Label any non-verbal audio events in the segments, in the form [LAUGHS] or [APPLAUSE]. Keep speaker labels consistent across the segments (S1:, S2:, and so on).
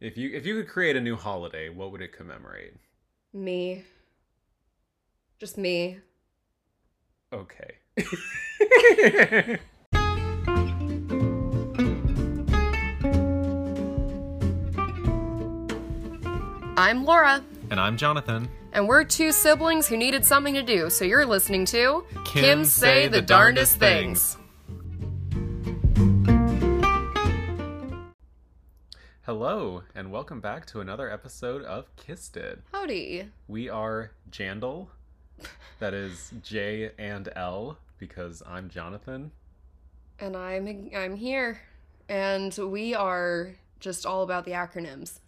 S1: If you if you could create a new holiday, what would it commemorate?
S2: Me. Just me.
S1: Okay.
S2: I'm Laura,
S1: and I'm Jonathan.
S2: and we're two siblings who needed something to do, so you're listening to Kim, Say the, Darndest things.
S1: Hello, and welcome back to another episode of Kissed It.
S2: Howdy.
S1: We are Jandal. That is J and L because I'm Jonathan.
S2: And I'm I'm here. And we are just all about the acronyms.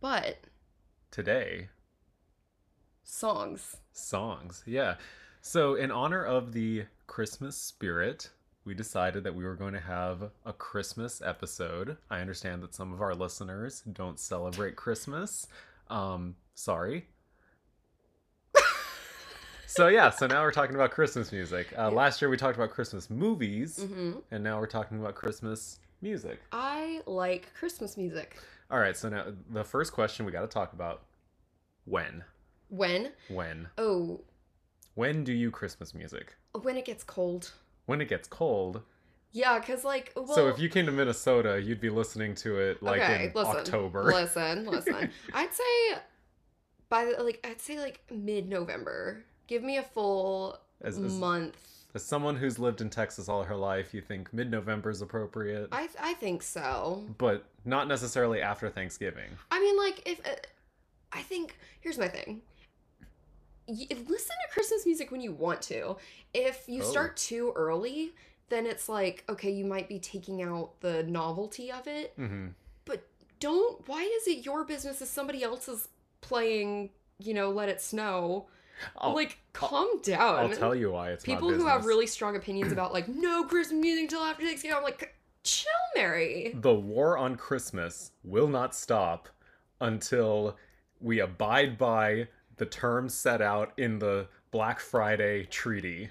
S2: But
S1: Today,
S2: songs.
S1: songs. Yeah. So, in honor of the Christmas spirit, we decided that we were going to have a Christmas episode. I understand that some of our listeners don't celebrate Christmas. Um, sorry. so, yeah, so now we're talking about Christmas music. Uh, last year we talked about Christmas movies,
S2: hmm
S1: and now we're talking about Christmas music.
S2: I like Christmas music.
S1: All right, so now the first question we got to talk about when?
S2: When?
S1: When?
S2: Oh,
S1: When do you Christmas music?
S2: when it gets cold.
S1: When it gets cold,
S2: Yeah, cuz like well,
S1: so if you came to Minnesota, you'd be listening to it like
S2: okay,
S1: in
S2: listen,
S1: October.
S2: Listen, listen. I'd say by the, like I'd say like mid-November. Give me a full
S1: [LAUGHS] As, as,
S2: month.
S1: as someone who's lived in Texas all her life, you think mid-November is appropriate,
S2: I th- I think so.
S1: but not necessarily after Thanksgiving.
S2: I mean, like if uh, I think here's my thing. Y- listen to Christmas music when you want to. If you
S1: Oh.
S2: start too early, then it's like okay, you might be taking out the novelty of it.
S1: hmm
S2: But don't. Why is it your business if somebody else is playing? You know, let it snow.
S1: I'll,
S2: like, calm down.
S1: I'll tell you why it's
S2: People
S1: not
S2: who have
S1: business.
S2: really strong opinions about like no Christmas music till after Thanksgiving, I'm like, chill, Mary.
S1: the war on Christmas will not stop until we abide by the terms set out in the Black Friday Treaty.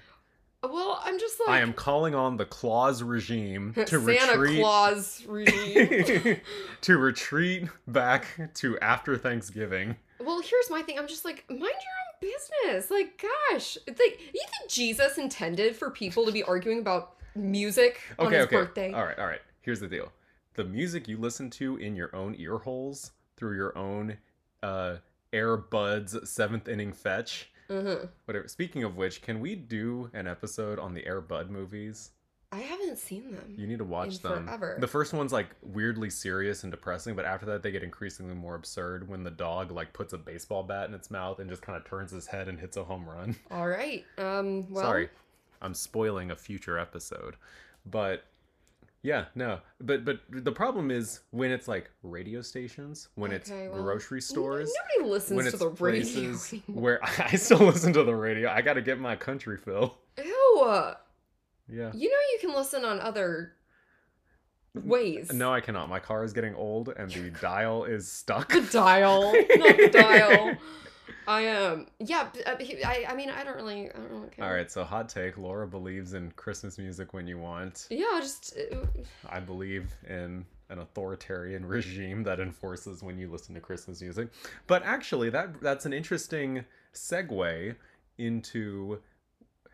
S2: Well, I'm just like
S1: I am calling on the Claus
S2: [LAUGHS]
S1: regime to
S2: Santa
S1: retreat. [LAUGHS]
S2: Claus regime.
S1: to retreat back to after Thanksgiving.
S2: well, here's my thing. I'm just like, mind your own business. Like, gosh, it's like you think Jesus intended for people to be arguing about music on
S1: Okay,
S2: his
S1: okay.
S2: birthday?
S1: All right, all right. Here's the deal. The music you listen to in your own ear holes through your own uh Air Buds 7th inning fetch.
S2: Uh-huh.
S1: Whatever. Speaking of which, can we do an episode on the Air Bud movies?
S2: I haven't seen them.
S1: You need to watch
S2: In
S1: them.
S2: forever.
S1: The first one's like weirdly serious and depressing, but after that they get increasingly more absurd when the dog like puts a baseball bat in its mouth and just kind of turns his head and hits a home run.
S2: All right. Um. Well,
S1: Sorry, I'm spoiling a future episode, but yeah, no, but but the problem is when it's like radio stations, when
S2: Okay,
S1: it's
S2: well,
S1: grocery
S2: n-
S1: stores,
S2: Nobody listens
S1: when
S2: to
S1: it's
S2: the radio. [LAUGHS]
S1: places
S2: anymore.
S1: where [LAUGHS] I still listen to the radio. I got to get my country fill.
S2: Ew.
S1: Yeah.
S2: You know you can listen on other ways.
S1: No, I cannot. My car is getting old and the dial is stuck.
S2: the dial, not the dial. I um yeah b- uh, he- I I mean I don't really I don't really
S1: [LAUGHS]
S2: care.
S1: All right, so hot take. Laura believes in Christmas music when you want.
S2: Yeah, just uh,
S1: I believe in an authoritarian [LAUGHS] regime that enforces when you listen to Christmas music. But actually, that that's an interesting segue into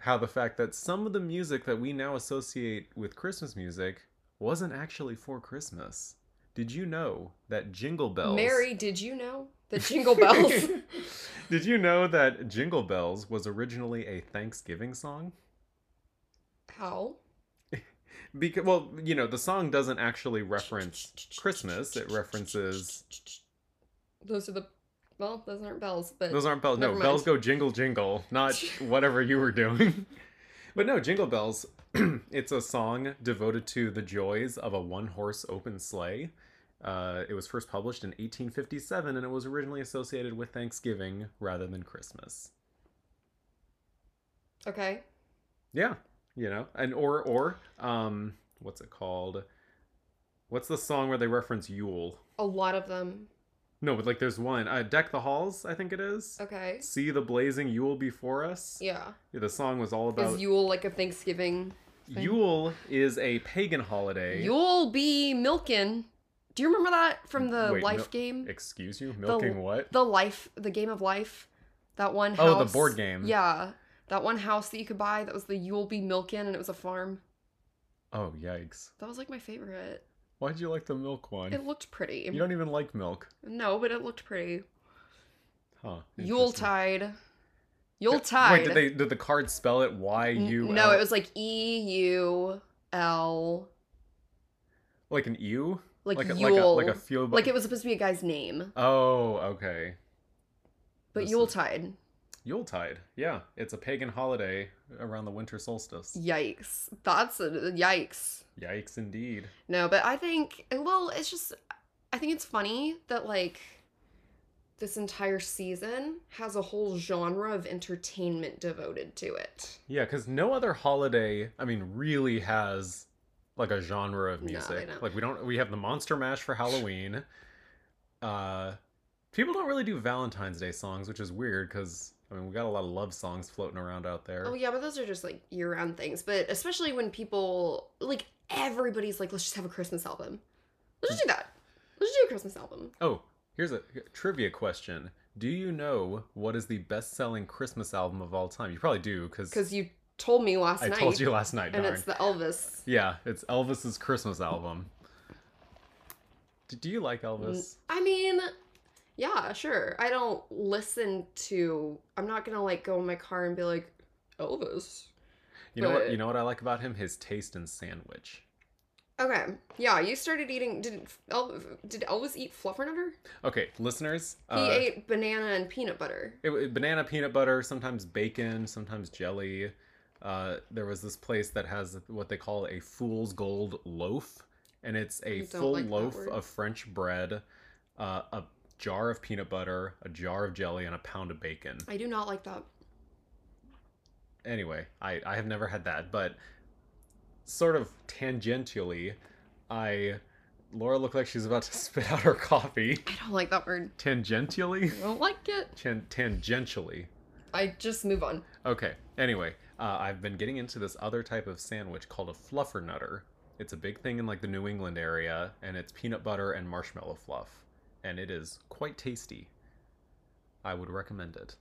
S1: how the fact that some of the music that we now associate with Christmas music wasn't actually for Christmas. Did you know that Jingle Bells?
S2: Mary. Did you know the Jingle Bells?
S1: [LAUGHS] Did you know that Jingle Bells was originally a Thanksgiving song?
S2: How?
S1: Because well, you know, the song doesn't actually reference Christmas. It references
S2: Those are the well, those aren't bells, but
S1: Those aren't bells. No,
S2: Never mind.
S1: bells go jingle jingle,
S2: [LAUGHS]
S1: not whatever you were doing. [LAUGHS] But no, Jingle Bells, [CLEARS THROAT] it's a song devoted to the joys of a one horse open sleigh. Uh, it was first published in 1857 and it was originally associated with Thanksgiving rather than Christmas.
S2: okay.
S1: Yeah, you know, and or, or, um, what's it called? What's the song where they reference Yule?
S2: A lot of them.
S1: No, but like there's one, uh, Deck the Halls, I think it is.
S2: Okay.
S1: See the blazing Yule before us.
S2: Yeah.
S1: The song was all about
S2: Is Yule like a Thanksgiving? thing.
S1: Yule is a pagan holiday.
S2: You'll be milking Do you remember that from the
S1: Wait, eh,
S2: life
S1: no-
S2: game?
S1: Excuse you? Milking what?
S2: the life the game of life that one house
S1: Oh, the board game.
S2: yeah that one house that you could buy that was the you'll be milking and it was a farm
S1: Oh, yikes.
S2: that was like my favorite
S1: Why'd you like the milk one?
S2: it looked pretty
S1: you don't even like milk.
S2: no but it looked pretty
S1: Huh. interesting.
S2: yuletide yuletide
S1: Wait, did they did the card spell it Y
S2: N-
S1: U?
S2: no
S1: L-
S2: it was like E e-u-l
S1: like an U?
S2: like,
S1: Like a, like a
S2: yule
S1: like a fuel
S2: Like, it was supposed to be a guy's name
S1: Oh, okay.
S2: but
S1: This is-
S2: yuletide
S1: Yuletide. Yeah, it's a pagan holiday around the winter solstice.
S2: yikes that's a, yikes
S1: Yikes indeed.
S2: No, but I think well, it's just I think it's funny that like this entire season has a whole genre of entertainment devoted to it.
S1: Yeah, cuz no other holiday, I mean, really has like a genre of
S2: No, they
S1: music.
S2: don't.
S1: like we don't we have the Monster Mash for Halloween. Uh people don't really do Valentine's Day songs, which is weird cuz I mean, we got a lot of love songs floating around out there.
S2: Oh yeah, but those are just like year-round things. But especially when people like everybody's like, let's just have a Christmas album. Let's just do that. Let's just do a Christmas album.
S1: Oh, here's a trivia question. Do you know what is the best-selling Christmas album of all time? You probably do cuz
S2: Because you told me last
S1: I
S2: night.
S1: told you last night,
S2: and
S1: darn.
S2: it's the Elvis.
S1: Yeah, it's Elvis's Christmas album. Do, do you like Elvis?
S2: I mean, yeah, sure. I don't listen to. I'm not gonna like go in my car and be like, Elvis.
S1: You know what?
S2: but-
S1: You know what I like about him? His taste in sandwich.
S2: Okay, yeah. You started eating. Did El, did Elvis eat fluffernutter?
S1: Okay, listeners.
S2: He
S1: uh,
S2: ate banana and peanut butter.
S1: it wa- banana peanut butter, sometimes bacon, sometimes jelly. Uh, there was this place that has what they call a fool's gold loaf, and it's a
S2: I don't
S1: full
S2: like that
S1: loaf
S2: word.
S1: of French bread, uh, a jar of peanut butter, a jar of jelly, and a pound of bacon.
S2: I do not like that.
S1: anyway, I, I have never had that, but sort of tangentially, I Laura looked like she's about to [LAUGHS] spit out her coffee.
S2: I don't like that word.
S1: Tangentially?
S2: I don't like it.
S1: Tan- tangentially.
S2: I just move on.
S1: Okay. Anyway, uh, I've been getting into this other type of sandwich called a fluffernutter. It's a big thing in like the New England area, and it's peanut butter and marshmallow fluff, and it is quite tasty. I would recommend it.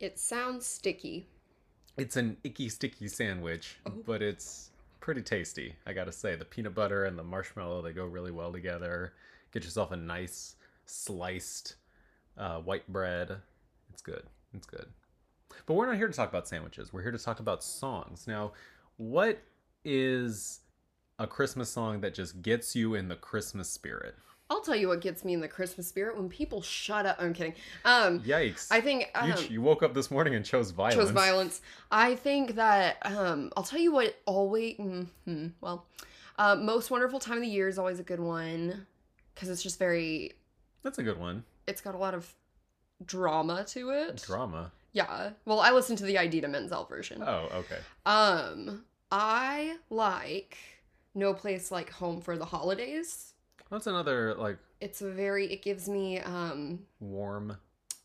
S2: It sounds sticky.
S1: It's an icky sticky sandwich,
S2: Oh.
S1: but it's pretty tasty. I gotta say, the peanut butter and the marshmallow they go really well together. Get yourself a nice sliced uh, white bread. It's good. It's good. But we're not here to talk about sandwiches. We're here to talk about songs. Now, what is a Christmas song that just gets you in the Christmas spirit?
S2: I'll tell you what gets me in the Christmas spirit when people shut up. I'm kidding. Um,
S1: Yikes!
S2: I think um,
S1: you, ch- you woke up this morning and chose violence.
S2: chose violence. I think that um, I'll tell you what always. hmm well, uh, most wonderful time of the year is always a good one because it's just very.
S1: That's a good one.
S2: It's got a lot of drama to it.
S1: Drama.
S2: yeah. Well, I listened to the Idita Menzel version.
S1: Oh, okay.
S2: Um, I like No Place Like Home for the holidays.
S1: That's another like
S2: It's a very. It gives me. Um,
S1: warm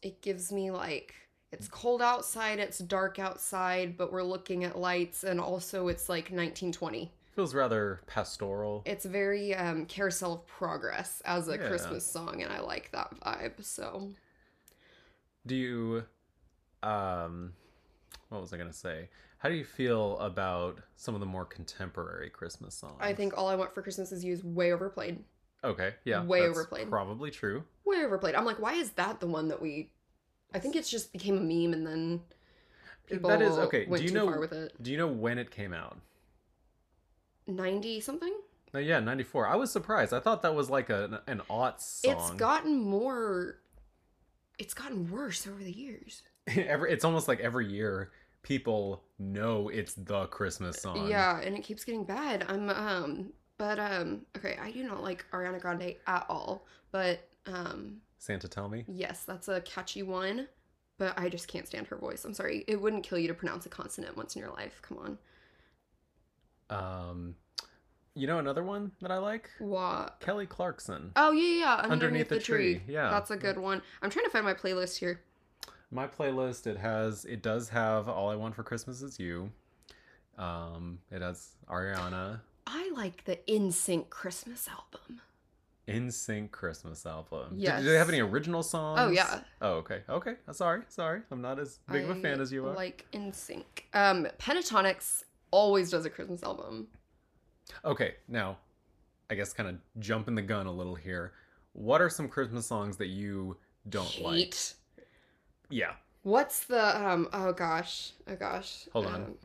S2: it gives me like it's cold outside, it's dark outside, but we're looking at lights, and also it's like 1920.
S1: feels rather pastoral
S2: It's very um, Carousel of Progress as a
S1: Yeah.
S2: Christmas song, and I like that vibe. So
S1: do you um what was i gonna say how do you feel about some of the more contemporary christmas songs
S2: I think All I Want for Christmas Is You is way overplayed.
S1: okay yeah
S2: way
S1: that's
S2: overplayed.
S1: probably true
S2: Way overplayed. I'm like, why is that the one that we. I think it's just became a meme, and then people
S1: that is okay
S2: went
S1: do you
S2: too
S1: know
S2: far with it.
S1: do you know when it came out
S2: 90 something?
S1: no yeah 94 i was surprised i thought that was like an, an aught song
S2: It's gotten more. It's gotten worse over the years.
S1: [LAUGHS] every it's almost like every year people know it's the christmas song
S2: Uh, Yeah, and it keeps getting bad. I'm um but um okay, I do not like Ariana Grande at all. But um
S1: santa tell me
S2: yes, that's a catchy one, but I just can't stand her voice. I'm sorry. It wouldn't kill you to pronounce a consonant once in your life. Come on.
S1: um you know another one that i like
S2: Mm. What?
S1: kelly clarkson
S2: Oh yeah, yeah, yeah, underneath,
S1: Underneath
S2: the,
S1: the
S2: tree.
S1: Tree, yeah.
S2: That's a good one. I'm trying to find my playlist here.
S1: my playlist it has it does have all i want for christmas is you um it has ariana
S2: I like the In Sync Christmas album.
S1: In Sync Christmas album. Did-
S2: Yes.
S1: Do, they have any original songs?
S2: Oh, yeah.
S1: Oh okay. Okay. Uh, Sorry. Sorry. I'm not as big of a fan
S2: I
S1: as you are.
S2: Like in sync. Um, Pentatonics always does a Christmas album.
S1: Okay. Now, I guess kind of jumping the gun a little here. What are some Christmas songs that you don't like?
S2: Hate.
S1: Yeah.
S2: What's the um? Oh gosh. Oh gosh.
S1: Hold on.
S2: Um,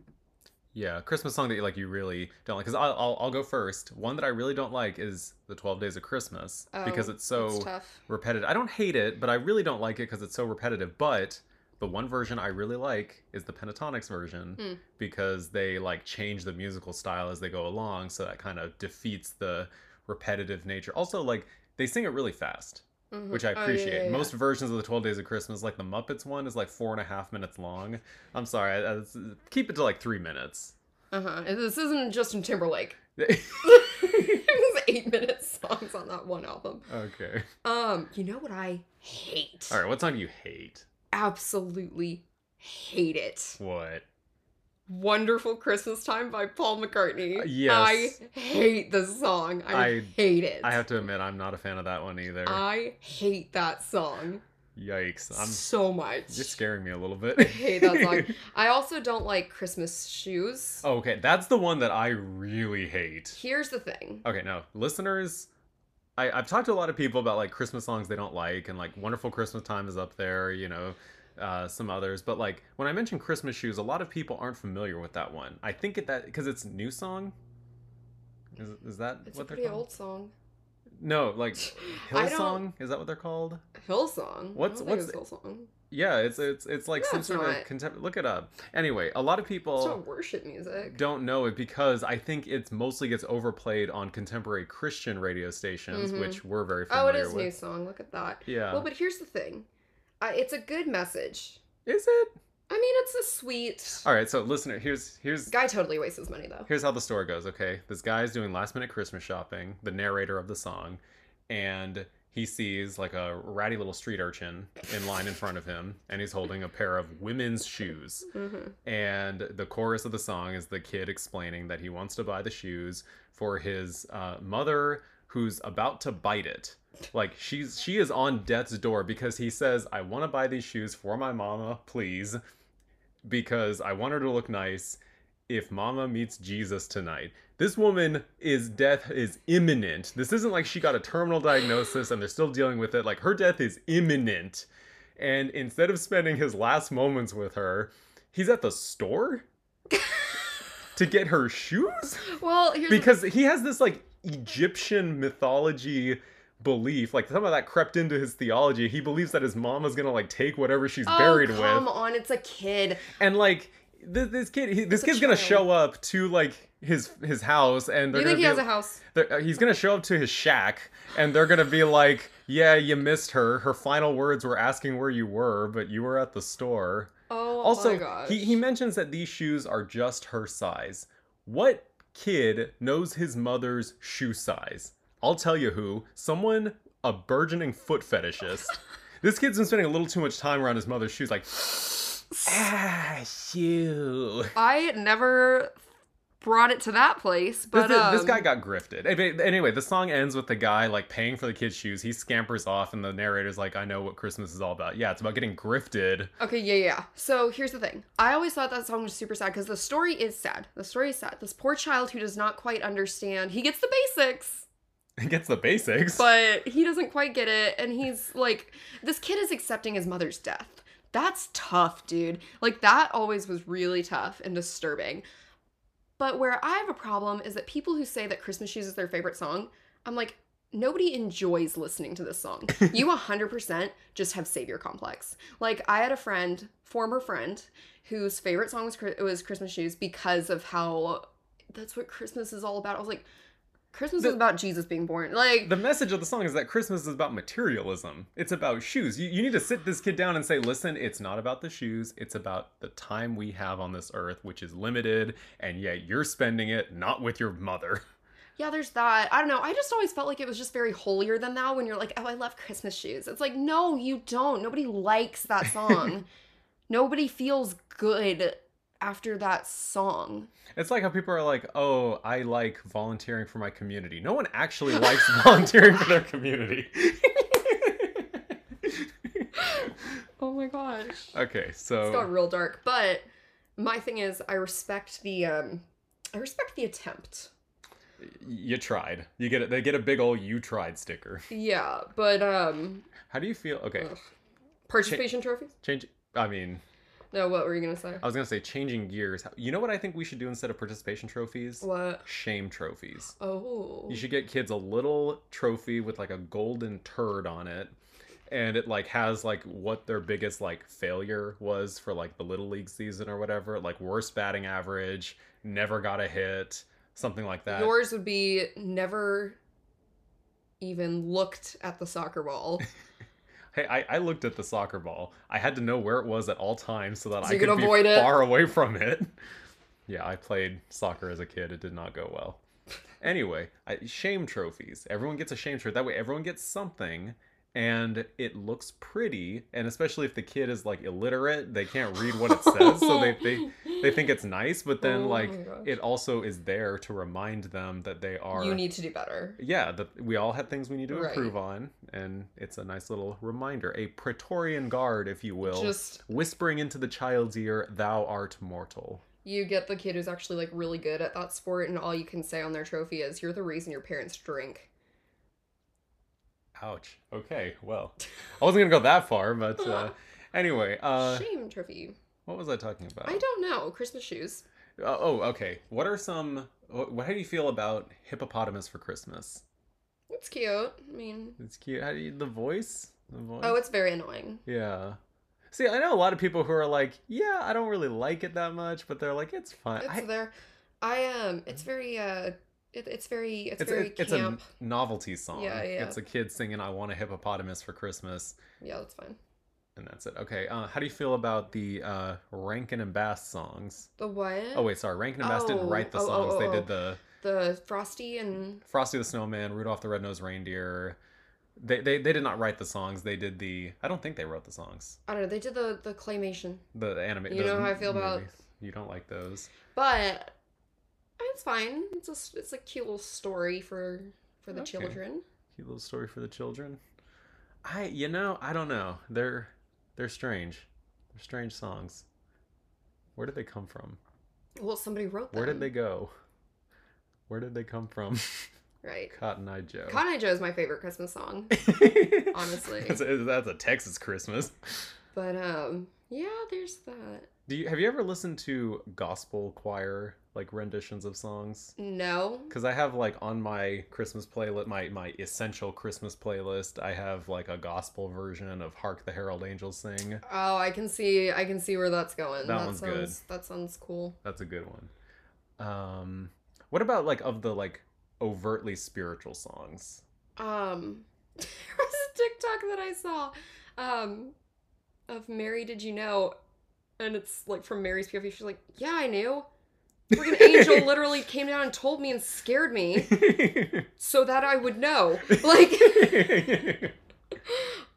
S1: Yeah, Christmas song that you like you really don't like. Because I'll, I'll I'll go first. One that I really don't like is the Twelve Days of Christmas
S2: Oh,
S1: because it's
S2: it's
S1: so
S2: tough.
S1: repetitive. I don't hate it, but I really don't like it because it's so repetitive. But the one version I really like is the Pentatonics version
S2: Hmm.
S1: because they like change the musical style as they go along, so that kind of defeats the repetitive nature. Also, like they sing it really fast,
S2: Mhm.
S1: which I
S2: Oh, yeah,
S1: appreciate.
S2: yeah, yeah.
S1: Most versions of the Twelve Days of Christmas, like the Muppets one, is like four and a half minutes long. I'm sorry, I, I, keep it to like three minutes.
S2: Uh-huh. And This isn't Justin Timberlake. [LAUGHS]
S1: okay.
S2: it was eight minute songs on that one album. Um, you know what I hate?
S1: All right. What song do you hate?
S2: Absolutely hate it.
S1: What?
S2: Wonderful Christmas Time by Paul McCartney.
S1: Uh, yes.
S2: I hate the song. I,
S1: I-
S2: hate it.
S1: I have to admit, I'm not a fan of that one either.
S2: I hate that song
S1: Yikes. I'm.
S2: so much.
S1: You're scaring me a little bit.
S2: I hate that song. I also don't like Christmas shoes.
S1: [LAUGHS] okay, that's the one that I really hate.
S2: Here's the thing.
S1: Okay, now listeners, I, I've talked to a lot of people about like Christmas songs they don't like, and like "Wonderful Christmas Time" is up there, you know, uh, some others. But like when I mention Christmas shoes, a lot of people aren't familiar with that one. I think it that because it's new song. Is, is that
S2: It's
S1: what
S2: a
S1: they're
S2: pretty
S1: called?
S2: old song.
S1: No, like
S2: [LAUGHS] I
S1: Hillsong is that what they're called?
S2: Hillsong.
S1: What's-
S2: I don't
S1: what's-
S2: think it's Hillsong?
S1: Yeah, it's it's it's like
S2: No,
S1: some
S2: it's
S1: sort
S2: not.
S1: of contempt. Look it up. Anyway, a lot of people
S2: It's not worship music.
S1: don't know it because I think it's mostly gets overplayed on contemporary Christian radio stations,
S2: Mhm.
S1: which we're very
S2: Oh,
S1: familiar
S2: it is
S1: with.
S2: new song. Look at that.
S1: Yeah,
S2: Well, but here's the thing. Uh, it's a good message.
S1: is it?
S2: I mean, it's a sweet.
S1: All right, so listener, here's here's
S2: Guy totally wastes his money though.
S1: here's how the story goes. Okay, this guy is doing last minute Christmas shopping. The narrator of the song, and he sees like a ratty little street urchin in line in front of him, and he's holding a pair of women's shoes.
S2: hmm
S1: and the chorus of the song is the kid explaining that he wants to buy the shoes for his uh, mother who's about to bite it like she's she is on death's door because he says i want to buy these shoes for my mama please because i want her to look nice if mama meets jesus tonight this woman is death is imminent this isn't like she got a terminal diagnosis and they're still dealing with it like her death is imminent and instead of spending his last moments with her he's at the
S2: [LAUGHS]
S1: store to get her shoes
S2: Well, here's the-
S1: because he has this like Egyptian mythology belief like some of that crept into his theology he believes that his mama's gonna like take whatever she's
S2: oh,
S1: buried
S2: come
S1: with
S2: on, it's a kid.
S1: and like this, this kid he, this
S2: a
S1: kid's gonna
S2: child.
S1: show up to like his his house and they're
S2: You
S1: gonna
S2: think he
S1: be,
S2: has a house?
S1: they're- uh, he's gonna show up to his shack and they're gonna be like yeah you missed her her final words were asking where you were but you were at the store
S2: Oh my
S1: also,
S2: gosh.
S1: he, he mentions that these shoes are just her size. What kid knows his mother's shoe size? I'll tell you who. Someone, a burgeoning foot fetishist.
S2: [LAUGHS]
S1: this kid's been spending a little too much time around his mother's shoes, like, ah, shoe.
S2: I never brought it to that place, but
S1: this, this
S2: um,
S1: guy got grifted. Anyway- Anyway, the song ends with the guy like paying for the kid's shoes. He scampers off, and the narrator's like, "I know what Christmas is all about. Yeah, it's about getting grifted." [LAUGHS]
S2: Okay, yeah, yeah. So here's the thing. I always thought that song was super sad because the story is sad. The story is sad. This poor child who does not quite understand. He gets the basics.
S1: It gets the basics.
S2: but he doesn't quite get it and he's like this kid is accepting his mother's death that's tough dude like that always was really tough and disturbing but where i have a problem is that people who say that christmas shoes is their favorite song i'm like nobody enjoys listening to this song you 100% just have savior complex like i had a friend former friend whose favorite song was Chri- was christmas shoes because of how that's what christmas is all about i was like christmas
S1: The-
S2: is about jesus being born like
S1: the message of the song is that Christmas is about materialism. It's about shoes. You, you need to sit this kid down and say, listen, it's not about the shoes. It's about the time we have on this earth, which is limited, and yet you're spending it not with your mother. [LAUGHS]
S2: Yeah, there's that. I don't know. I just always felt like it was just very holier than thou when you're like, oh, I love Christmas shoes. It's like, no, you don't. Nobody likes that song. Nobody feels good after that song.
S1: It's like how people are like, "Oh, I like volunteering for my community." No one actually
S2: [LAUGHS]
S1: likes volunteering for their community. [LAUGHS]
S2: Oh my gosh.
S1: okay,
S2: It's got
S1: so
S2: real dark, but my thing is I respect the um I respect the attempt.
S1: y- you tried. You get it. They get a big old "you tried" sticker.
S2: Yeah, but um
S1: How do you feel? Okay,
S2: ugh. participation trophies?
S1: change. I mean,
S2: No, what were you gonna say?
S1: I was gonna say changing gears. You know what I think we should do instead of participation trophies?
S2: What?
S1: Shame trophies.
S2: Oh.
S1: You should get kids a little trophy with like a golden turd on it. And it like has like what their biggest like failure was for like the little league season or whatever, like worst batting average, never got a hit, something like that.
S2: Yours would be never even looked at the soccer ball.
S1: hey, I, I looked at the soccer ball. I had to know where it was at all times so that
S2: So
S1: I
S2: you
S1: could
S2: could
S1: be
S2: avoid it.
S1: far away from it. Yeah, I played soccer as a kid. It did not go well. Anyway, I, shame trophies. Everyone gets a shame trophy. That way, everyone gets something, and it looks pretty. And especially if the kid is like illiterate, they can't [LAUGHS] read what it says, so they they, they think it's nice. But then,
S2: [LAUGHS] Oh
S1: like,
S2: my gosh.
S1: it also is there to remind them that they are
S2: you need to do better.
S1: yeah, that we all had things we need to
S2: Right.
S1: improve on, and it's a nice little reminder, a Praetorian guard, if you will,
S2: Just
S1: whispering into the child's ear, "Thou art mortal."
S2: you get the kid who's actually like really good at that sport and all you can say on their trophy is you're the reason your parents drink.
S1: Ouch. Okay. Well,
S2: [LAUGHS]
S1: I wasn't gonna go that far, but uh, anyway, uh,
S2: Shame trophy.
S1: what was I talking about?
S2: I don't know. Christmas shoes.
S1: Uh, oh, okay. What are some? What, how do you feel about hippopotamus for Christmas?
S2: It's cute. I mean,
S1: It's cute. How do you, the voice? The voice.
S2: oh, it's very annoying.
S1: yeah. See, I know a lot of people who are like, yeah, I don't really like it that much, but they're like, it's fine.
S2: It's
S1: I,
S2: there. I um, it's very uh, it, it's very it's,
S1: it's,
S2: very
S1: it- it's a
S2: camp.
S1: novelty song.
S2: Yeah, yeah.
S1: It's a kid singing "I Want a Hippopotamus for Christmas,"
S2: Yeah, that's fine.
S1: and that's it. Okay, uh, how do you feel about the uh, Rankin and Bass songs?
S2: The what?
S1: Oh wait, sorry, Rankin and Bass didn't
S2: Eh. Oh,
S1: write the
S2: oh, oh,
S1: songs.
S2: oh,
S1: they
S2: oh.
S1: did the
S2: The Frosty and
S1: Frosty the Snowman, Rudolph the Red-Nosed Reindeer. They, they they did not write the songs. They did the. I don't think they wrote the songs.
S2: I don't know. They did the the claymation,
S1: The anime.
S2: You know how I feel about-
S1: You don't like those.
S2: but it's fine. It's a s- it's a cute little story for for the
S1: Okay.
S2: children.
S1: Cute little story for the children. I you know I don't know. They're they're strange. They're strange songs. Where did they come from?
S2: Well, somebody wrote them.
S1: Where did they go? Where did they come from? [LAUGHS]
S2: Right.
S1: Cotton Eye Joe. [LAUGHS]
S2: Cotton Eye Joe is my favorite Christmas song, [LAUGHS] honestly.
S1: that's, a, that's a Texas Christmas.
S2: but um, yeah, there's that.
S1: Do you have you ever listened to gospel choir like renditions of songs?
S2: No,
S1: Because I have like on my Christmas playlist, my my essential Christmas playlist, I have like a gospel version of "Hark the Herald Angels Sing."
S2: Oh, I can see I can see where that's going.
S1: That one's good.
S2: sounds that sounds cool.
S1: That's a good one. Um, what about like of the like overtly spiritual
S2: [LAUGHS]
S1: songs?
S2: Um [LAUGHS] there was a TikTok that I saw um of Mary did you know and it's like from Mary's POV she's like, "Yeah, I knew. Freaking
S1: [LAUGHS]
S2: angel literally came down and told me and scared me so that I
S1: [LAUGHS]
S2: would know." Like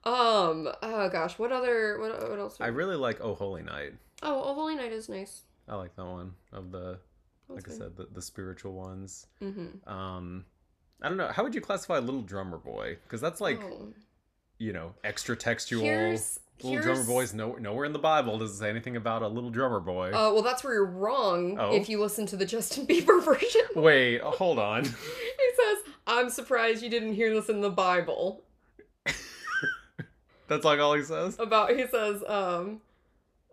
S2: um oh gosh, what other what what else?
S1: I really like "Oh Holy Night."
S2: oh, Oh Holy Night is nice.
S1: I like that one of the like I said the, the spiritual ones.
S2: Mhm.
S1: Um, I don't know. How would you classify Little Drummer Boy? Because that's like
S2: Oh.
S1: you know extra textual.
S2: Here's-
S1: Little Drummer
S2: here's-
S1: Boy's no, nowhere in the Bible does it say anything about a little drummer boy.
S2: Uh, well, that's where you're wrong
S1: Oh.
S2: if you listen to the Justin Bieber [LAUGHS] version.
S1: Wait, uh, hold on. [LAUGHS]
S2: He says, I'm surprised you didn't hear this in the Bible.
S1: That's like all he says.
S2: About, he says, um,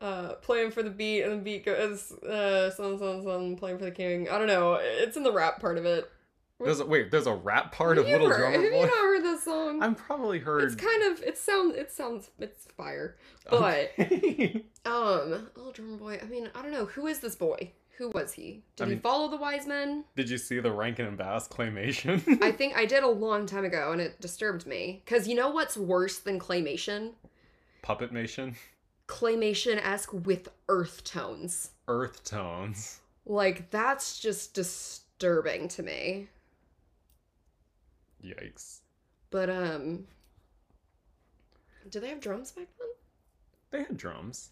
S2: uh, playing for the beat, and the beat goes, uh, son, son, son, playing for the king. I don't know. It's in the rap part of it.
S1: There's a, wait, there's a rap part of
S2: Oh, Have you
S1: Little
S2: ever-
S1: Drummer
S2: Have you
S1: Boy.
S2: not heard this song?
S1: I'm probably heard.
S2: It's kind of, it sounds, it sounds, it's fire. But,
S1: Okay.
S2: um, Little Drummer Boy, I mean, I don't know. Who is this boy? Who was he? Did
S1: I
S2: he
S1: mean-
S2: follow the wise men?
S1: did you see the Rankin and Bass claymation?
S2: [LAUGHS] I think I did a long time ago and it disturbed me. Because you know what's worse than claymation?
S1: [LAUGHS] Puppet Nation,
S2: Claymation esque with earth tones.
S1: Earth Tones.
S2: Like, that's just disturbing to me.
S1: Yikes.
S2: But, um. Do they have drums back then?
S1: They had drums.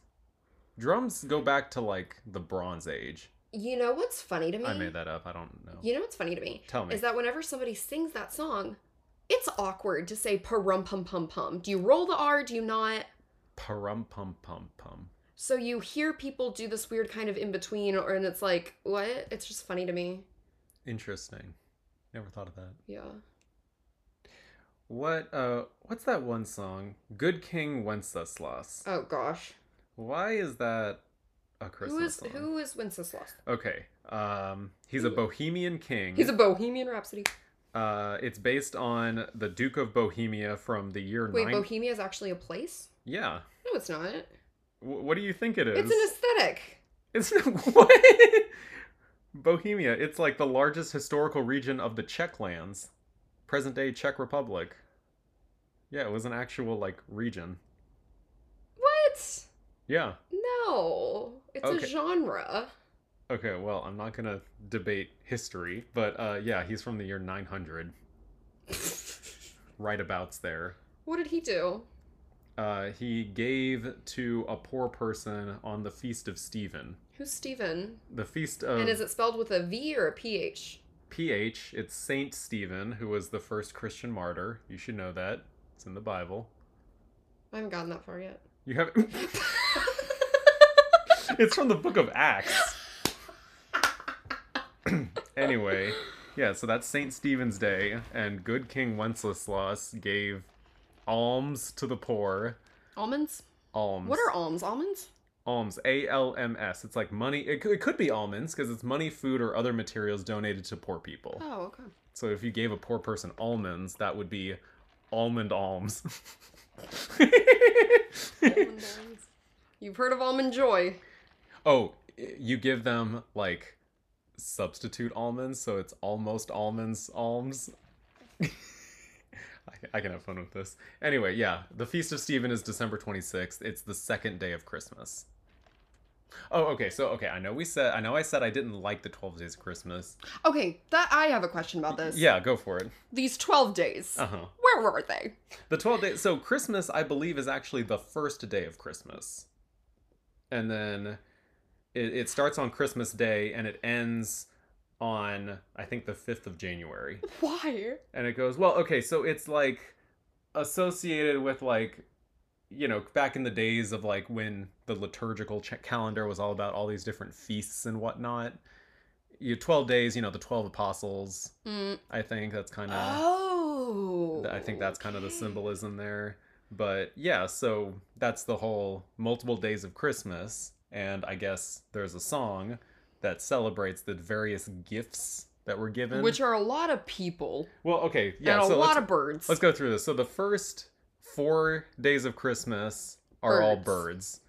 S1: Drums go back to like the Bronze Age.
S2: You know what's funny to me?
S1: I made that up. I don't know.
S2: You know what's funny to me?
S1: Tell me.
S2: Is that whenever somebody sings that song, it's awkward to say parum pum pum pum. Do you roll the R? Do you not?
S1: Parum pum pum pum.
S2: So you hear people do this weird kind of in between, or and it's like, what? It's just funny to me.
S1: Interesting. Never thought of that.
S2: Yeah.
S1: What uh what's that one song? Good King Wenceslas.
S2: Oh gosh.
S1: Why is that a Christmas
S2: Who is
S1: song? Mm-hmm.
S2: who is Wenceslas?
S1: Okay. Um he's a
S2: Who-
S1: Bohemian king.
S2: He's a Bohemian Rhapsody.
S1: uh it's based on the Duke of Bohemia from the year
S2: Wait,
S1: 9
S2: Bohemia is actually a place?
S1: Yeah.
S2: No, it's not.
S1: W- what do you think it is?
S2: It's an
S1: [LAUGHS]
S2: aesthetic.
S1: It's [LAUGHS] what? Bohemia. It's like the largest historical region of the Czech lands, present day Czech Republic. Yeah, it was an actual like region.
S2: What?
S1: Yeah.
S2: No. It's
S1: Okay.
S2: a genre. [LAUGHS]
S1: Okay. Well, I'm not gonna debate history, but uh, yeah, he's from the year 900, right abouts there.
S2: what did he do?
S1: Uh, he gave to a poor person on the feast of Stephen.
S2: Who's Stephen?
S1: The feast of
S2: And is it spelled with a V or a PH?
S1: PH, it's Saint Stephen, who was the first Christian martyr. You should know that. It's in the Bible.
S2: I haven't gotten that
S1: [LAUGHS]
S2: far yet.
S1: You have It's from the book of Acts. [CLEARS THROAT] anyway, yeah, so that's St. Stephen's Day, and good King Wenceslas gave alms to the poor.
S2: almonds?
S1: Alms.
S2: What are alms? Almonds?
S1: alms? A L M S. It's like money. It, could- it could be almonds because it's money, food, or other materials donated to poor people.
S2: Oh, okay. [LAUGHS]
S1: So if you gave a poor person almonds, that would be almond alms. [LAUGHS]
S2: Almond almonds. You've heard of almond joy.
S1: Oh, i- you give them like substitute almonds, so it's almost almonds alms. [LAUGHS] I- I can have fun with this. Anyway, yeah, the Feast of Stephen is December 26th. It's the second day of Christmas. Oh, okay. So, okay, I know we said I know I said I didn't like the 12 days of Christmas.
S2: Okay, that I have a question about this.
S1: Yeah, go for it.
S2: These 12 days.
S1: Uh-huh.
S2: Where were they?
S1: The 12 days. So Christmas, I believe, is actually the first day of Christmas. And then it, it starts on Christmas Day and it ends on, I think, the 5th of January.
S2: Why?
S1: And it goes, well, okay, so it's like associated with like, you know, back in the days of like when the liturgical ch- calendar was all about all these different feasts and whatnot. You 12 days, you know, the 12 apostles.
S2: Mm.
S1: I think that's kind of.
S2: Oh.
S1: Th- I think that's kind of the
S2: okay.
S1: symbolism there. But yeah, so that's the whole multiple days of Christmas. And I guess there's a song that celebrates the various gifts that were given.
S2: Which are a lot of people
S1: well, okay, yeah.
S2: and a
S1: So
S2: lot
S1: let's,
S2: of birds.
S1: let's go through this. So the first four days of Christmas are all
S2: Birds.
S1: birds: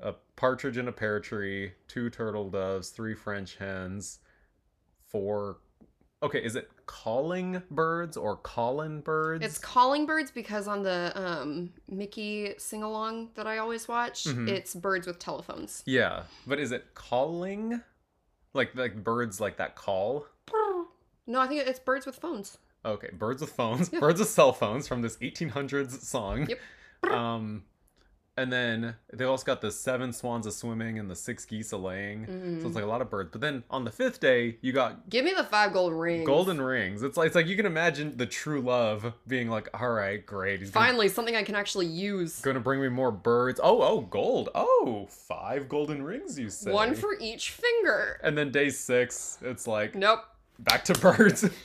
S1: a partridge in a pear tree, two turtle doves, three French hens, four. Okay, is it calling birds or callin birds?
S2: It's calling birds because on the um, Mickey sing along that I always watch,
S1: Mhm.
S2: it's birds with telephones.
S1: Yeah, but is it calling? Like like birds like that call?
S2: No, I think it's birds with phones.
S1: Okay, birds with phones,
S2: [LAUGHS] Yeah.
S1: birds with cell phones from this 1800s song.
S2: Yep.
S1: [LAUGHS] Um and then they also got the seven swans a swimming and the six geese a laying. So
S2: Mm.
S1: it's like a lot of birds. But then on the fifth day, you got
S2: Give me the five golden rings.
S1: golden rings. It's like it's like you can imagine the true love being like, "All right, great. He's gonna,
S2: Finally, something I can actually use.
S1: gonna bring me more birds. Oh, oh, gold. Oh, five golden rings you say.
S2: One for each finger.
S1: And then day 6, it's like
S2: Nope.
S1: back to birds. [LAUGHS]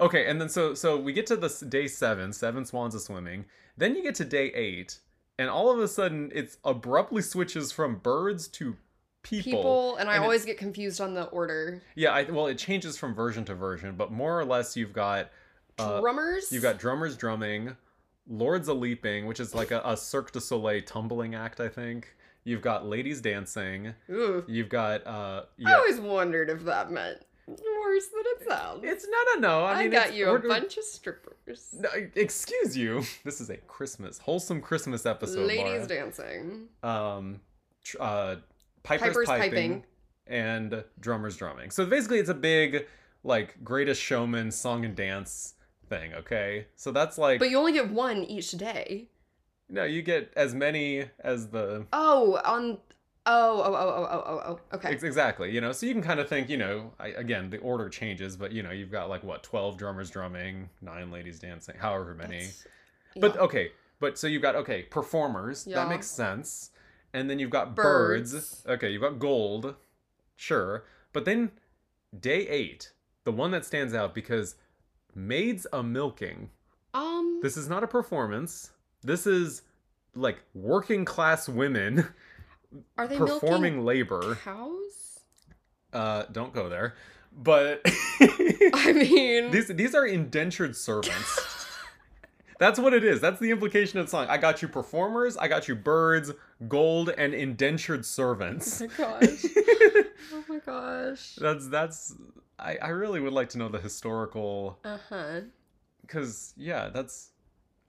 S1: okay, and then so so we get to this day seven, seven swans are swimming. Then you get to day eight, and all of a sudden it's abruptly switches from birds to people.
S2: People, and I
S1: And
S2: always get confused on the order.
S1: Yeah, I, well, it changes from version to version, but more or less you've got uh,
S2: Drummers.
S1: you've got drummers drumming, lords a leaping, which is like a, a Cirque du Soleil tumbling act, I think. You've got ladies dancing.
S2: Ooh.
S1: You've got uh,
S2: I
S1: yeah.
S2: always wondered if that meant worse than it sounds.
S1: It's no, no, no. I,
S2: I,
S1: mean,
S2: got
S1: it's-
S2: you a
S1: we're- we're-
S2: bunch of strippers.
S1: No, excuse you. [LAUGHS] This is a Christmas, wholesome Christmas episode.
S2: Ladies
S1: Ladies,
S2: dancing.
S1: um, tr- uh, pipers,
S2: Pipers
S1: piping,
S2: piping.
S1: and drummers drumming. So basically, it's a big, like, greatest showman song and dance thing. Okay, so that's like
S2: But you only get one each day.
S1: no, you get as many as the
S2: Oh, on Oh, oh, oh, oh, oh, oh, oh. Okay.
S1: Ex- Exactly. You know, so you can kind of think, you know, I, again, the order changes, but you know, you've got like what, 12 drummers drumming, nine ladies dancing, however many.
S2: That's-
S1: But
S2: yeah.
S1: okay, but so you've got okay, performers,
S2: Yeah.
S1: that makes sense. And then you've got birds.
S2: Birds.
S1: Okay, you've got gold. Sure. But then day 8, the one that stands out because maids a milking.
S2: um
S1: This is not a performance. This is like working class women
S2: are they
S1: performing
S2: milking [LAUGHS]
S1: labor.
S2: cows?
S1: Uh, don't go there. But [LAUGHS]
S2: I mean
S1: these these are indentured servants. That's what it is. That's the implication of the song. I got you performers, I got you birds, gold, and indentured
S2: [LAUGHS]
S1: servants. [LAUGHS]
S2: Oh my gosh. Oh my [LAUGHS] gosh.
S1: that's that's I, I really would like to know the historical
S2: Uh-huh.
S1: because yeah, that's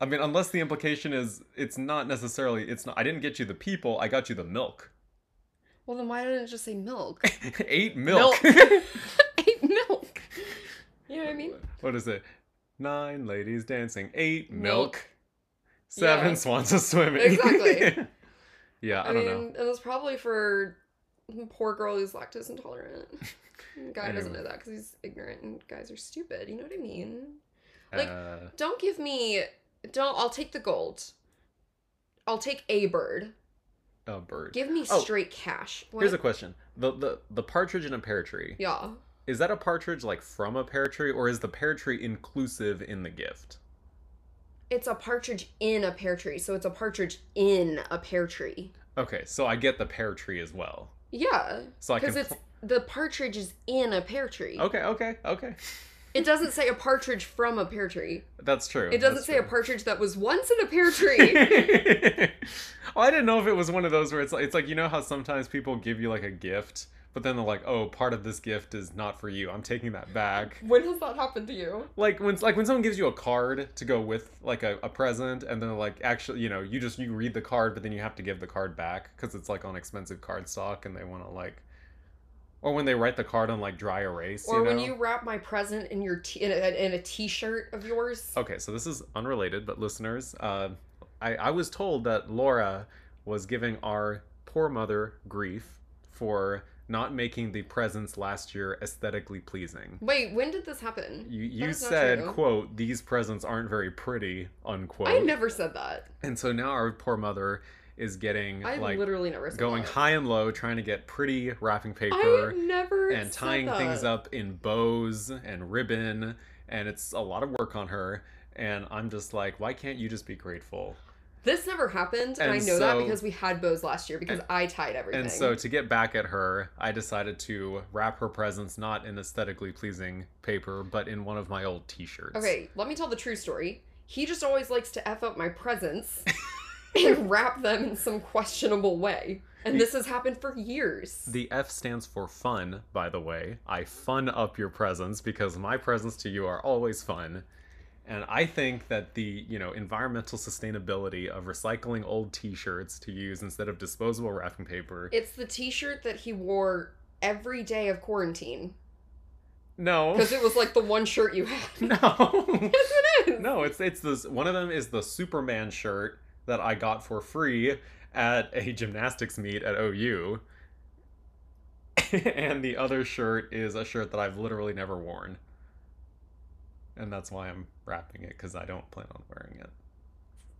S1: I mean, unless the implication is it's not necessarily it's not I didn't get you the people, I got you the milk. [LAUGHS]
S2: Well then why didn't it just say milk?
S1: Eight [LAUGHS]
S2: [LAUGHS]
S1: milk.
S2: Eight milk. You know what I mean?
S1: What is it? Nine ladies dancing, eight milk,
S2: Milk.
S1: seven
S2: Yeah.
S1: swans a swimming.
S2: Exactly.
S1: [LAUGHS] yeah, I, don't
S2: mean,
S1: know.
S2: it was probably for poor girl who's lactose intolerant. [LAUGHS] Guy doesn't
S1: Anyway.
S2: know that because he's ignorant and guys are stupid. You know what I mean? like-
S1: uh,
S2: Don't give me. Don't. I'll take the gold. I'll take a bird.
S1: a bird.
S2: Give me
S1: Oh.
S2: straight cash. What?
S1: Here's a question: the the the partridge in a pear tree
S2: yeah.
S1: is that a partridge like from a pear tree, or is the pear tree inclusive in the gift?
S2: It's a partridge in a pear tree, so it's a partridge in a pear tree.
S1: Okay, so I get the pear tree as well.
S2: Yeah,
S1: So I can.
S2: because it's
S1: pl-
S2: the partridge is in a pear tree.
S1: okay, okay, okay.
S2: It doesn't say a partridge from a pear tree.
S1: That's true.
S2: It doesn't
S1: that's
S2: say a
S1: true.
S2: partridge that was once in a
S1: [LAUGHS]
S2: pear tree.
S1: well, I didn't know if it was one of those where it's like it's like you know how sometimes people give you like a gift, but then they're like, "Oh, part of this gift is not for you. I'm taking that back."
S2: when has that happened to you?
S1: Like when like when someone gives you a card to go with like a, a present, and then like actually you know you just you read the card, but then you have to give the card back because it's like on expensive card stock, and they want to like, or when they write the card on like dry erase,
S2: Or
S1: you know?
S2: when you wrap my present in your t- in, a, in a t-shirt of yours.
S1: Okay, so this is unrelated, but listeners, uh, I, I was told that Laura was giving our poor mother grief for not making the presents last year aesthetically pleasing.
S2: Wait, when did this happen?
S1: You, you
S2: That's not
S1: said,
S2: true.
S1: quote, these presents aren't very pretty, unquote.
S2: I never said that.
S1: And so now our poor mother is getting
S2: I
S1: like
S2: literally never said
S1: going
S2: that.
S1: high and low, trying to get pretty wrapping
S2: I
S1: paper
S2: never
S1: and
S2: said
S1: tying things
S2: that.
S1: up in bows and ribbon and it's a lot of work on her and i'm just like why can't you just be grateful
S2: This never happened, and, I
S1: And
S2: know that
S1: so-
S2: because we had bows last year because I tied everything.
S1: and so to get back at her i decided to wrap her presents not in aesthetically pleasing paper but in one of my old t-shirts
S2: okay, let me tell the true story. He just always likes to f up my
S1: [LAUGHS]
S2: presents and wrap them in some questionable way, and this has happened for years.
S1: the f stands for fun by the way i fun up your presents because my presents to you are always fun and i think that the you know environmental sustainability of recycling old t-shirts to use instead of disposable wrapping paper
S2: It's the T-shirt that he wore every day of quarantine [LAUGHS]
S1: No.
S2: because it was like the one shirt you [LAUGHS] had.
S1: Oh. [LAUGHS] no.
S2: Yes, it is.
S1: no, it's it's this one of them is the Superman shirt that I got for free at a gymnastics meet at OU. [LAUGHS] and the other shirt is a shirt that I've literally never worn. And that's why I'm wrapping it cuz I don't plan on wearing it.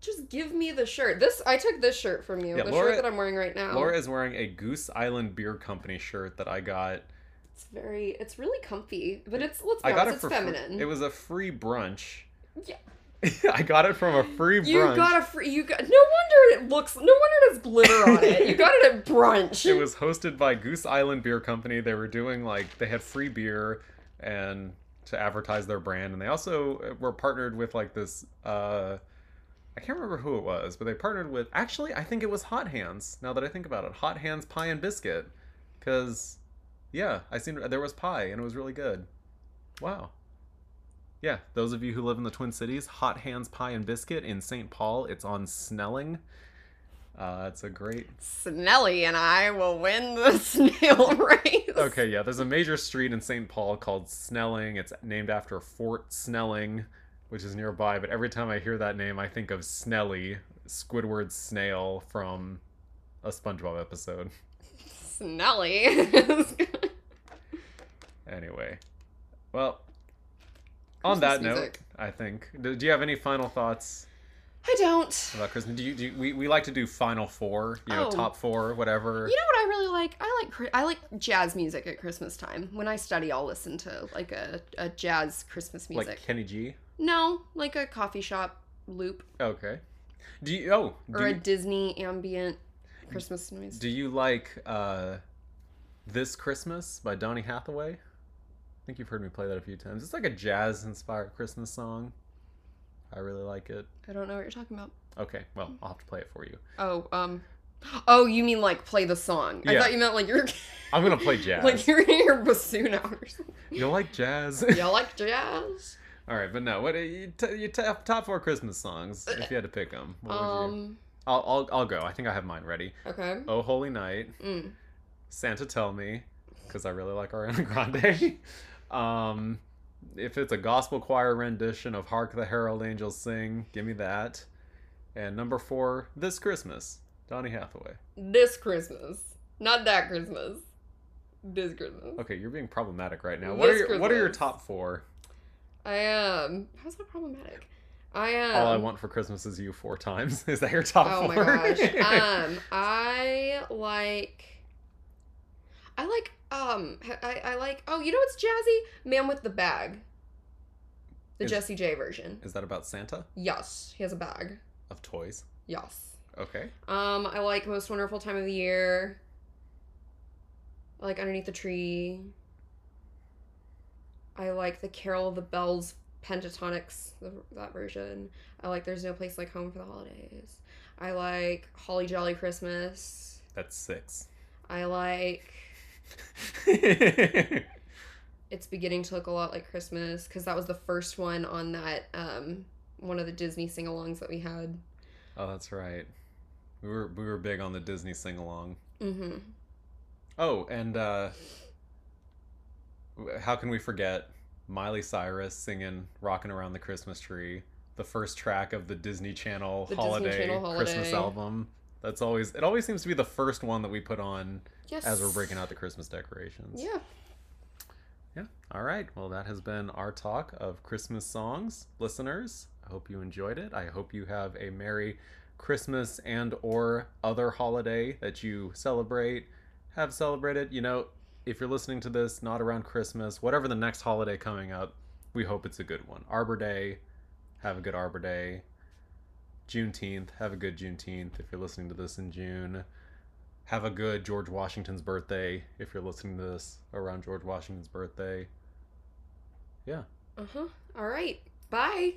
S2: Just give me the shirt. This I took this shirt from you.
S1: Yeah,
S2: the
S1: Laura-
S2: shirt that I'm wearing right now.
S1: Laura is wearing a Goose Island Beer Company shirt that I got
S2: It's very. It's really comfy, but it's let's be
S1: I got
S2: honest,
S1: it
S2: it's
S1: for free-
S2: feminine.
S1: It was a free brunch.
S2: Yeah.
S1: [LAUGHS] I got it from a free brunch.
S2: you got a free. You got. No wonder it looks. No wonder it has glitter on it. You got
S1: [LAUGHS]
S2: it at brunch.
S1: it was hosted by Goose Island Beer Company. They were doing like they had free beer and to advertise their brand, and they also were partnered with like this. uh I can't remember who it was, but they partnered with. Actually, I think it was Hot Hands. Now that I think about it, Hot Hands Pie and Biscuit, because yeah, I seen there was pie and it was really good. Wow. Yeah, those of you who live in the Twin Cities, Hot Hands Pie and Biscuit in St. Paul. It's on Snelling. Uh, it's a great
S2: Snelly and I will win the [LAUGHS] snail race.
S1: Okay, yeah. There's a major street in St. Paul called Snelling. It's named after Fort Snelling, which is nearby. But every time I hear that name, I think of Snelly, Squidward's snail from a SpongeBob episode.
S2: Snelly. [LAUGHS] is-
S1: Anyway, well, on
S2: Christmas
S1: that
S2: music.
S1: note, I think. Do, do you have any final thoughts
S2: I don't.
S1: about Christmas? Do you, do you- we we like to do final four, you know,
S2: Oh.
S1: top four, whatever.
S2: You know what I really like? I like Chri- I like jazz music at Christmas time. When I study, I'll listen to like a, a jazz Christmas music.
S1: like Kenny G.
S2: no, like a coffee shop loop
S1: Okay. Do you? Oh, do,
S2: or a Disney ambient Christmas music.
S1: do you like uh, "This Christmas" by Donny Hathaway? I think you've heard me play that a few times. It's like a jazz-inspired Christmas song. I really like it.
S2: I don't know what you're talking about.
S1: Okay, well, I'll have to play it for you.
S2: Oh, um, oh, you mean like play the song? I
S1: Yeah.
S2: thought you meant like you're
S1: I'm gonna play jazz.
S2: like you're in your bassoon out or something.
S1: You'll like jazz.
S2: [LAUGHS]
S1: [LAUGHS]
S2: Y'all like jazz?
S1: All right, but no. What are you, t- you t- top four Christmas songs? If you had to pick them, what would you?
S2: Um,
S1: I'll, I'll I'll go. I think I have mine ready.
S2: okay.
S1: Oh Holy Night,
S2: Mm.
S1: Santa Tell Me, because I really like Ariana Grande. [LAUGHS] um, if it's a gospel choir rendition of Hark the Herald Angels Sing, give me that. And number four, This Christmas, Donny Hathaway.
S2: This Christmas, not that Christmas. This Christmas.
S1: Okay, you're being problematic right now. What are
S2: This
S1: your, what are your
S2: Christmas.
S1: top four?
S2: I am. How's that problematic? I am.
S1: All I Want for Christmas is You four times. [LAUGHS] Is that your top
S2: Um, Oh my
S1: four? [LAUGHS]
S2: gosh. um, I like. I like. Um, I, I like. Oh, you know what's jazzy? Man with the bag. The
S1: Is-
S2: Jesse J version.
S1: is that about Santa
S2: Yes, he has a bag.
S1: of toys?
S2: Yes.
S1: Okay.
S2: Um, I like most wonderful time of the year. I like underneath the tree. I like the Carol of the Bells pentatonics the, that version. I like there's no place like home for the holidays. I like holly jolly Christmas.
S1: That's
S2: [LAUGHS]
S1: six. [LAUGHS]
S2: I like it's beginning to look a lot like Christmas because that was the first one on that um one of the Disney sing-alongs that we had.
S1: oh, that's right. We were we were big on the Disney sing along.
S2: Mm-hmm.
S1: Oh, and uh how can we forget Miley Cyrus singing "Rocking Around the Christmas Tree," the first track of the Disney Channel,
S2: The Disney
S1: holiday,
S2: Channel
S1: Christmas
S2: holiday.
S1: album? That's always it. Always seems to be the first one that we put on
S2: Yes.
S1: as we're breaking out the Christmas decorations.
S2: Yeah.
S1: Yeah. All right. Well, that has been our talk of Christmas songs, listeners. I hope you enjoyed it. I hope you have a merry Christmas and or other holiday that you celebrate, have celebrated. You know, if you're listening to this not around Christmas, whatever the next holiday coming up, we hope it's a good one. Arbor Day, have a good Arbor Day. Juneteenth, have a good Juneteenth if you're listening to this in June. Have a good George Washington's birthday if you're listening to this around George Washington's birthday.
S2: Uh huh. All Uh-huh. right. Bye.